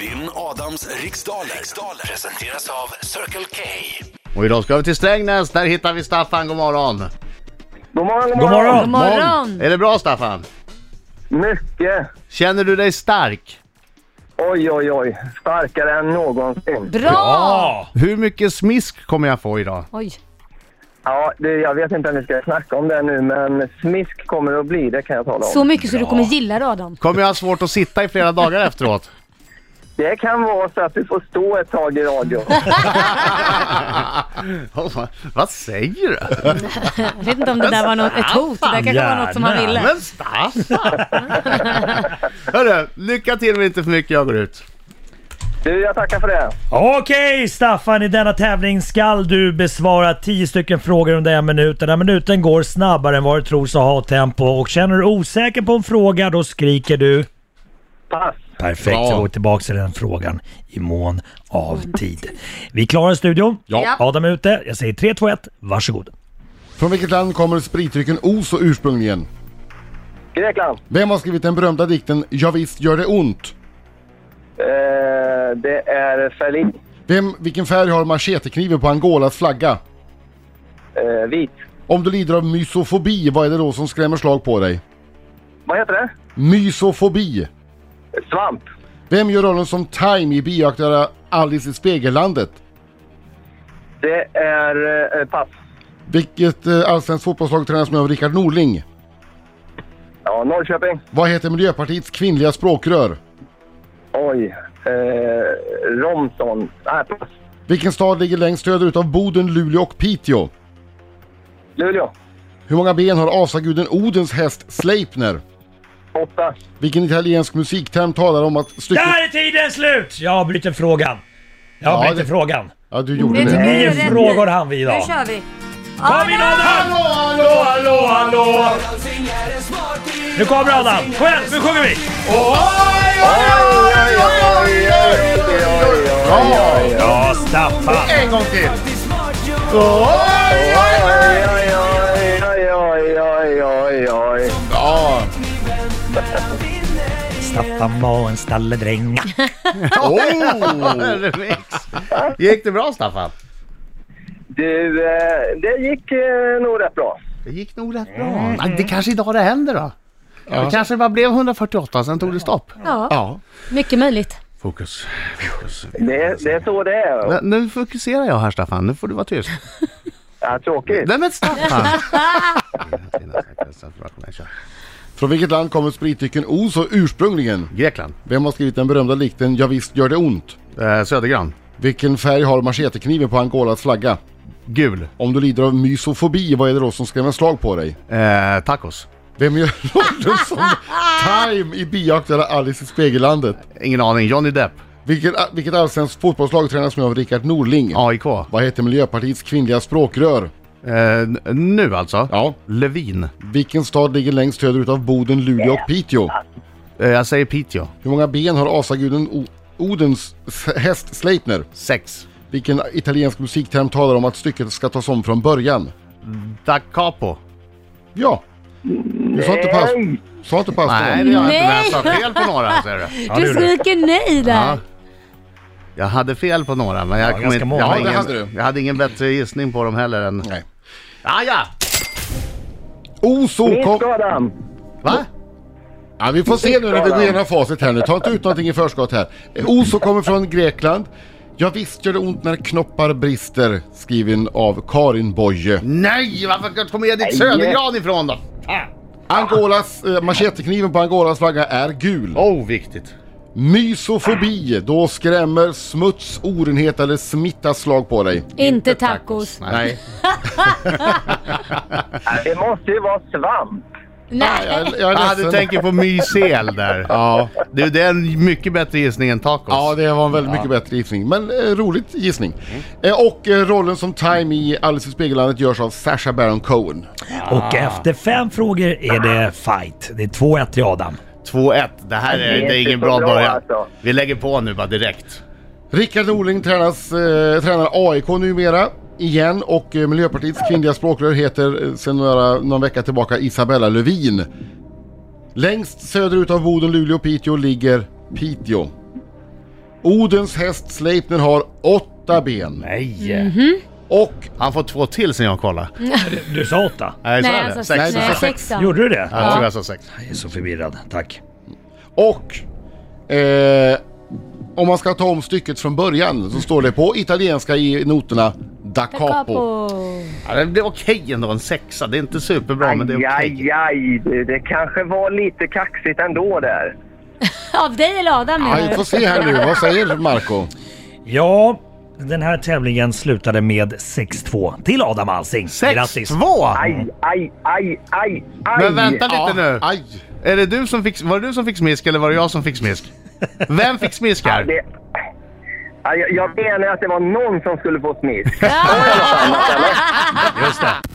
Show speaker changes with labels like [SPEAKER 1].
[SPEAKER 1] Vinn Adams riksdaler. riksdaler presenteras av Circle K.
[SPEAKER 2] Och idag ska vi till Strängnäs, där hittar vi Staffan, god morgon.
[SPEAKER 3] God morgon, god
[SPEAKER 4] God
[SPEAKER 3] morgon.
[SPEAKER 5] God
[SPEAKER 4] morgon!
[SPEAKER 5] morgon.
[SPEAKER 2] Är det bra Staffan?
[SPEAKER 3] Mycket.
[SPEAKER 2] Känner du dig stark?
[SPEAKER 3] Oj, oj, oj. Starkare än någonsin.
[SPEAKER 5] Bra!
[SPEAKER 4] Ja!
[SPEAKER 2] Hur mycket smisk kommer jag få idag?
[SPEAKER 5] Oj.
[SPEAKER 3] Ja, det, jag vet inte om vi ska snacka om det nu, men smisk kommer det att bli, det kan jag tala om.
[SPEAKER 5] Så mycket så du kommer gilla det Adam.
[SPEAKER 2] Kommer jag ha svårt att sitta i flera dagar efteråt?
[SPEAKER 3] Det kan vara så att du får stå ett tag i radio.
[SPEAKER 2] Oh, vad säger du?
[SPEAKER 5] Jag vet inte om det där var något, ett hot. Det där kanske var något som han
[SPEAKER 4] gärna.
[SPEAKER 5] ville.
[SPEAKER 2] Men Staffan! Hörru, lycka till men inte för mycket, jag går ut.
[SPEAKER 3] Du, jag tackar för det.
[SPEAKER 4] Okej Staffan, i denna tävling skall du besvara 10 stycken frågor under en minut. Den här minuten går snabbare än vad du tror så ha tempo. Och känner du osäker på en fråga då skriker du
[SPEAKER 3] Pass.
[SPEAKER 4] Perfekt,
[SPEAKER 2] Bra.
[SPEAKER 4] så går vi tillbaka till den frågan i mån av tid. Vi klarar studion.
[SPEAKER 5] Ja.
[SPEAKER 4] Adam är ute. Jag säger 3, 2, 1. Varsågod.
[SPEAKER 6] Från vilket land kommer spritdrycken Oso ursprungligen?
[SPEAKER 3] Grekland.
[SPEAKER 6] Vem har skrivit den berömda dikten Ja visst gör det ont?
[SPEAKER 3] Eh, det är Ferlin.
[SPEAKER 6] Vem, vilken färg har machetekniven på Angolas flagga?
[SPEAKER 3] Eh, vit.
[SPEAKER 6] Om du lider av mysofobi, vad är det då som skrämmer slag på dig?
[SPEAKER 3] Vad heter det?
[SPEAKER 6] Mysofobi.
[SPEAKER 3] Svamp.
[SPEAKER 6] Vem gör rollen som Time i bioaktuella Alice i Spegellandet?
[SPEAKER 3] Det är eh, pass.
[SPEAKER 6] Vilket eh, allsvenskt fotbollslag tränas nu av Rickard Norling?
[SPEAKER 3] Ja, Norrköping.
[SPEAKER 6] Vad heter Miljöpartiets kvinnliga språkrör?
[SPEAKER 3] Oj. Eh, Romson. Nej, pass.
[SPEAKER 6] Vilken stad ligger längst söderut av Boden, Luleå och Piteå?
[SPEAKER 3] Luleå.
[SPEAKER 6] Hur många ben har asaguden Odens häst Sleipner?
[SPEAKER 3] Åtta.
[SPEAKER 6] Vilken italiensk musikterm talar om att stycket...
[SPEAKER 4] Där är tiden slut! Jag bryter frågan.
[SPEAKER 6] Ja,
[SPEAKER 4] Jag bryter
[SPEAKER 6] det-
[SPEAKER 4] frågan.
[SPEAKER 6] Ja, du gjorde
[SPEAKER 5] Vet du
[SPEAKER 6] det.
[SPEAKER 5] vad?
[SPEAKER 4] Nio
[SPEAKER 5] det är
[SPEAKER 4] frågor
[SPEAKER 5] rätt.
[SPEAKER 4] hann vi
[SPEAKER 5] Nu
[SPEAKER 4] idag.
[SPEAKER 5] kör vi!
[SPEAKER 4] Kom in Adam!
[SPEAKER 6] Hallå, hallå,
[SPEAKER 4] Hallå, hallå! Nu kommer Adam! Kom igen, nu sjunger vi! Ja, Staffan!
[SPEAKER 2] En gång till!
[SPEAKER 6] Ja,
[SPEAKER 4] Staffan var en stalledräng.
[SPEAKER 2] Oh! Remix. Gick det bra Staffan?
[SPEAKER 3] Du, eh, det gick eh, nog rätt bra.
[SPEAKER 2] Det gick nog rätt bra. Men Mm. Det kanske idag det händer då? Det kanske bara blev 148, sen tog det stopp.
[SPEAKER 5] Ja,
[SPEAKER 2] Ja.
[SPEAKER 5] mycket möjligt.
[SPEAKER 2] Fokus. Fokus.
[SPEAKER 3] Det, det är så det är.
[SPEAKER 2] Men Nu fokuserar jag här Staffan, nu får du vara tyst.
[SPEAKER 3] Ja, tråkigt.
[SPEAKER 2] Nej men Staffan!
[SPEAKER 6] Från vilket land kommer spritdrycken Oso ursprungligen?
[SPEAKER 2] Grekland.
[SPEAKER 6] Vem har skrivit den berömda dikten Ja visst gör det ont?
[SPEAKER 2] Eh, Södergran.
[SPEAKER 6] Vilken färg har machetekniven på Angolas flagga?
[SPEAKER 2] Gul.
[SPEAKER 6] Om du lider av mysofobi, vad är det då som skrämmer slag på dig?
[SPEAKER 2] Eh, tacos.
[SPEAKER 6] Vem gör rollen som Time i bioaktuella Alice i Spegellandet?
[SPEAKER 2] Ingen aning. Johnny Depp.
[SPEAKER 6] Vilket, vilket allsvenskt fotbollslag tränas nu av Rickard Norling?
[SPEAKER 2] AIK.
[SPEAKER 6] Vad heter Miljöpartiets kvinnliga språkrör?
[SPEAKER 2] Eh, n- nu alltså.
[SPEAKER 6] Ja.
[SPEAKER 2] Levin.
[SPEAKER 6] Vilken stad ligger längst söderut av Boden, Luleå och Piteå?
[SPEAKER 2] Eh, jag säger Piteå.
[SPEAKER 6] Hur många ben har asaguden o- Odens s- häst Sleipner?
[SPEAKER 2] Sex.
[SPEAKER 6] Vilken italiensk musikterm talar om att stycket ska tas om från början?
[SPEAKER 2] Da capo.
[SPEAKER 6] Ja! Du sa inte pass.
[SPEAKER 3] Nej.
[SPEAKER 6] Sa inte pass
[SPEAKER 2] Nej,
[SPEAKER 6] Nej.
[SPEAKER 2] det gör jag inte. Men jag
[SPEAKER 5] Nej.
[SPEAKER 2] sa fel på några. Ser du.
[SPEAKER 4] det
[SPEAKER 5] Du
[SPEAKER 4] gjorde du.
[SPEAKER 5] skriker nej
[SPEAKER 2] Ja.
[SPEAKER 5] där.
[SPEAKER 2] Jag hade fel på några, men jag,
[SPEAKER 4] Ja,
[SPEAKER 2] kom
[SPEAKER 4] ganska
[SPEAKER 2] inte,
[SPEAKER 4] många.
[SPEAKER 2] jag, har
[SPEAKER 4] Ja, det
[SPEAKER 2] ingen,
[SPEAKER 6] hade du.
[SPEAKER 2] jag hade ingen bättre gissning på dem heller än...
[SPEAKER 6] Nej.
[SPEAKER 2] Ah, ja!
[SPEAKER 6] Oso
[SPEAKER 3] Mitt
[SPEAKER 6] kom...
[SPEAKER 3] Adam.
[SPEAKER 2] Va?
[SPEAKER 6] Ja, vi får se nu när vi går igenom facit här nu. Ta inte ut någonting i förskott här. Eh, Oso kommer från Grekland. Ja, visst gör det ont när knoppar brister, skriven av Karin Boye.
[SPEAKER 2] Nej! Varför kom Edith
[SPEAKER 3] Nej.
[SPEAKER 2] Södergran ifrån då?
[SPEAKER 6] Angolas, eh, machetekniven på Angolas flagga är gul.
[SPEAKER 2] Oh, viktigt.
[SPEAKER 6] Mysofobi, då skrämmer smuts, orenhet eller smitta slag på dig.
[SPEAKER 5] Inte tacos.
[SPEAKER 2] Nej.
[SPEAKER 3] Det måste ju vara svamp.
[SPEAKER 5] Nej.
[SPEAKER 6] Jag, jag
[SPEAKER 2] Ah,
[SPEAKER 6] är
[SPEAKER 2] du
[SPEAKER 6] ledsen.
[SPEAKER 2] tänker på mysel där.
[SPEAKER 6] Ja.
[SPEAKER 2] Du, det är en mycket bättre gissning än tacos.
[SPEAKER 6] ja, det var en väldigt mycket bättre gissning. Men eh, roligt gissning. Eh, och eh, rollen som Time i Alice i Spegellandet görs av Sasha Baron Cohen.
[SPEAKER 4] Och efter fem frågor är det fight. Det är 2-1 till Adam.
[SPEAKER 2] 2-1. Det här är, det
[SPEAKER 3] Det är
[SPEAKER 2] är ingen
[SPEAKER 3] inte
[SPEAKER 2] bra
[SPEAKER 3] så bra,
[SPEAKER 2] början.
[SPEAKER 3] alltså.
[SPEAKER 2] Vi lägger på nu bara direkt.
[SPEAKER 6] Rickard Norling tränas, eh, tränar AIK numera igen och eh, Miljöpartiets kvinnliga språkrör heter eh, sedan några, någon vecka tillbaka Isabella Lövin. Längst söderut av Boden, Luleå och Piteå ligger Piteå. Odens häst Sleipner har åtta ben.
[SPEAKER 2] Nej.
[SPEAKER 6] Och
[SPEAKER 2] Han får två till sen jag kollade.
[SPEAKER 4] Du sa åtta.
[SPEAKER 2] Nej, så
[SPEAKER 5] Mm. Nej,
[SPEAKER 2] är det.
[SPEAKER 5] alltså
[SPEAKER 2] Sex.
[SPEAKER 5] sex. Nej,
[SPEAKER 6] sex.
[SPEAKER 5] sex då.
[SPEAKER 4] Gjorde du det?
[SPEAKER 2] Jag tror jag sa sex.
[SPEAKER 4] Jag är så förvirrad. Tack.
[SPEAKER 6] Och eh, om man ska ta om stycket från början så står det på italienska i noterna da capo.
[SPEAKER 5] Capo.
[SPEAKER 2] Ja, det det är okej ändå, en sexa. Det är inte superbra, men det är
[SPEAKER 3] Aj,
[SPEAKER 2] okej.
[SPEAKER 3] aj, aj. Det- Det kanske var lite kaxigt ändå där.
[SPEAKER 5] Av dig eller Adam
[SPEAKER 6] Ja,
[SPEAKER 5] menar
[SPEAKER 6] vi
[SPEAKER 5] du?
[SPEAKER 6] får se här nu, vad säger Marco?
[SPEAKER 4] Ja, den här tävlingen slutade med 6-2 till Adam Alsing.
[SPEAKER 2] Sex,
[SPEAKER 4] Grattis!
[SPEAKER 2] två!
[SPEAKER 3] Aj, aj, aj, aj, aj.
[SPEAKER 2] Men vänta lite nu.
[SPEAKER 6] Aj!
[SPEAKER 2] Är det du som fick, var det du som fick smisk eller var det jag som fick smisk? Vem fick smisk här?
[SPEAKER 3] Det... Aj, Jag menar att det var någon som skulle få smitt.
[SPEAKER 5] Ah!
[SPEAKER 4] Just det.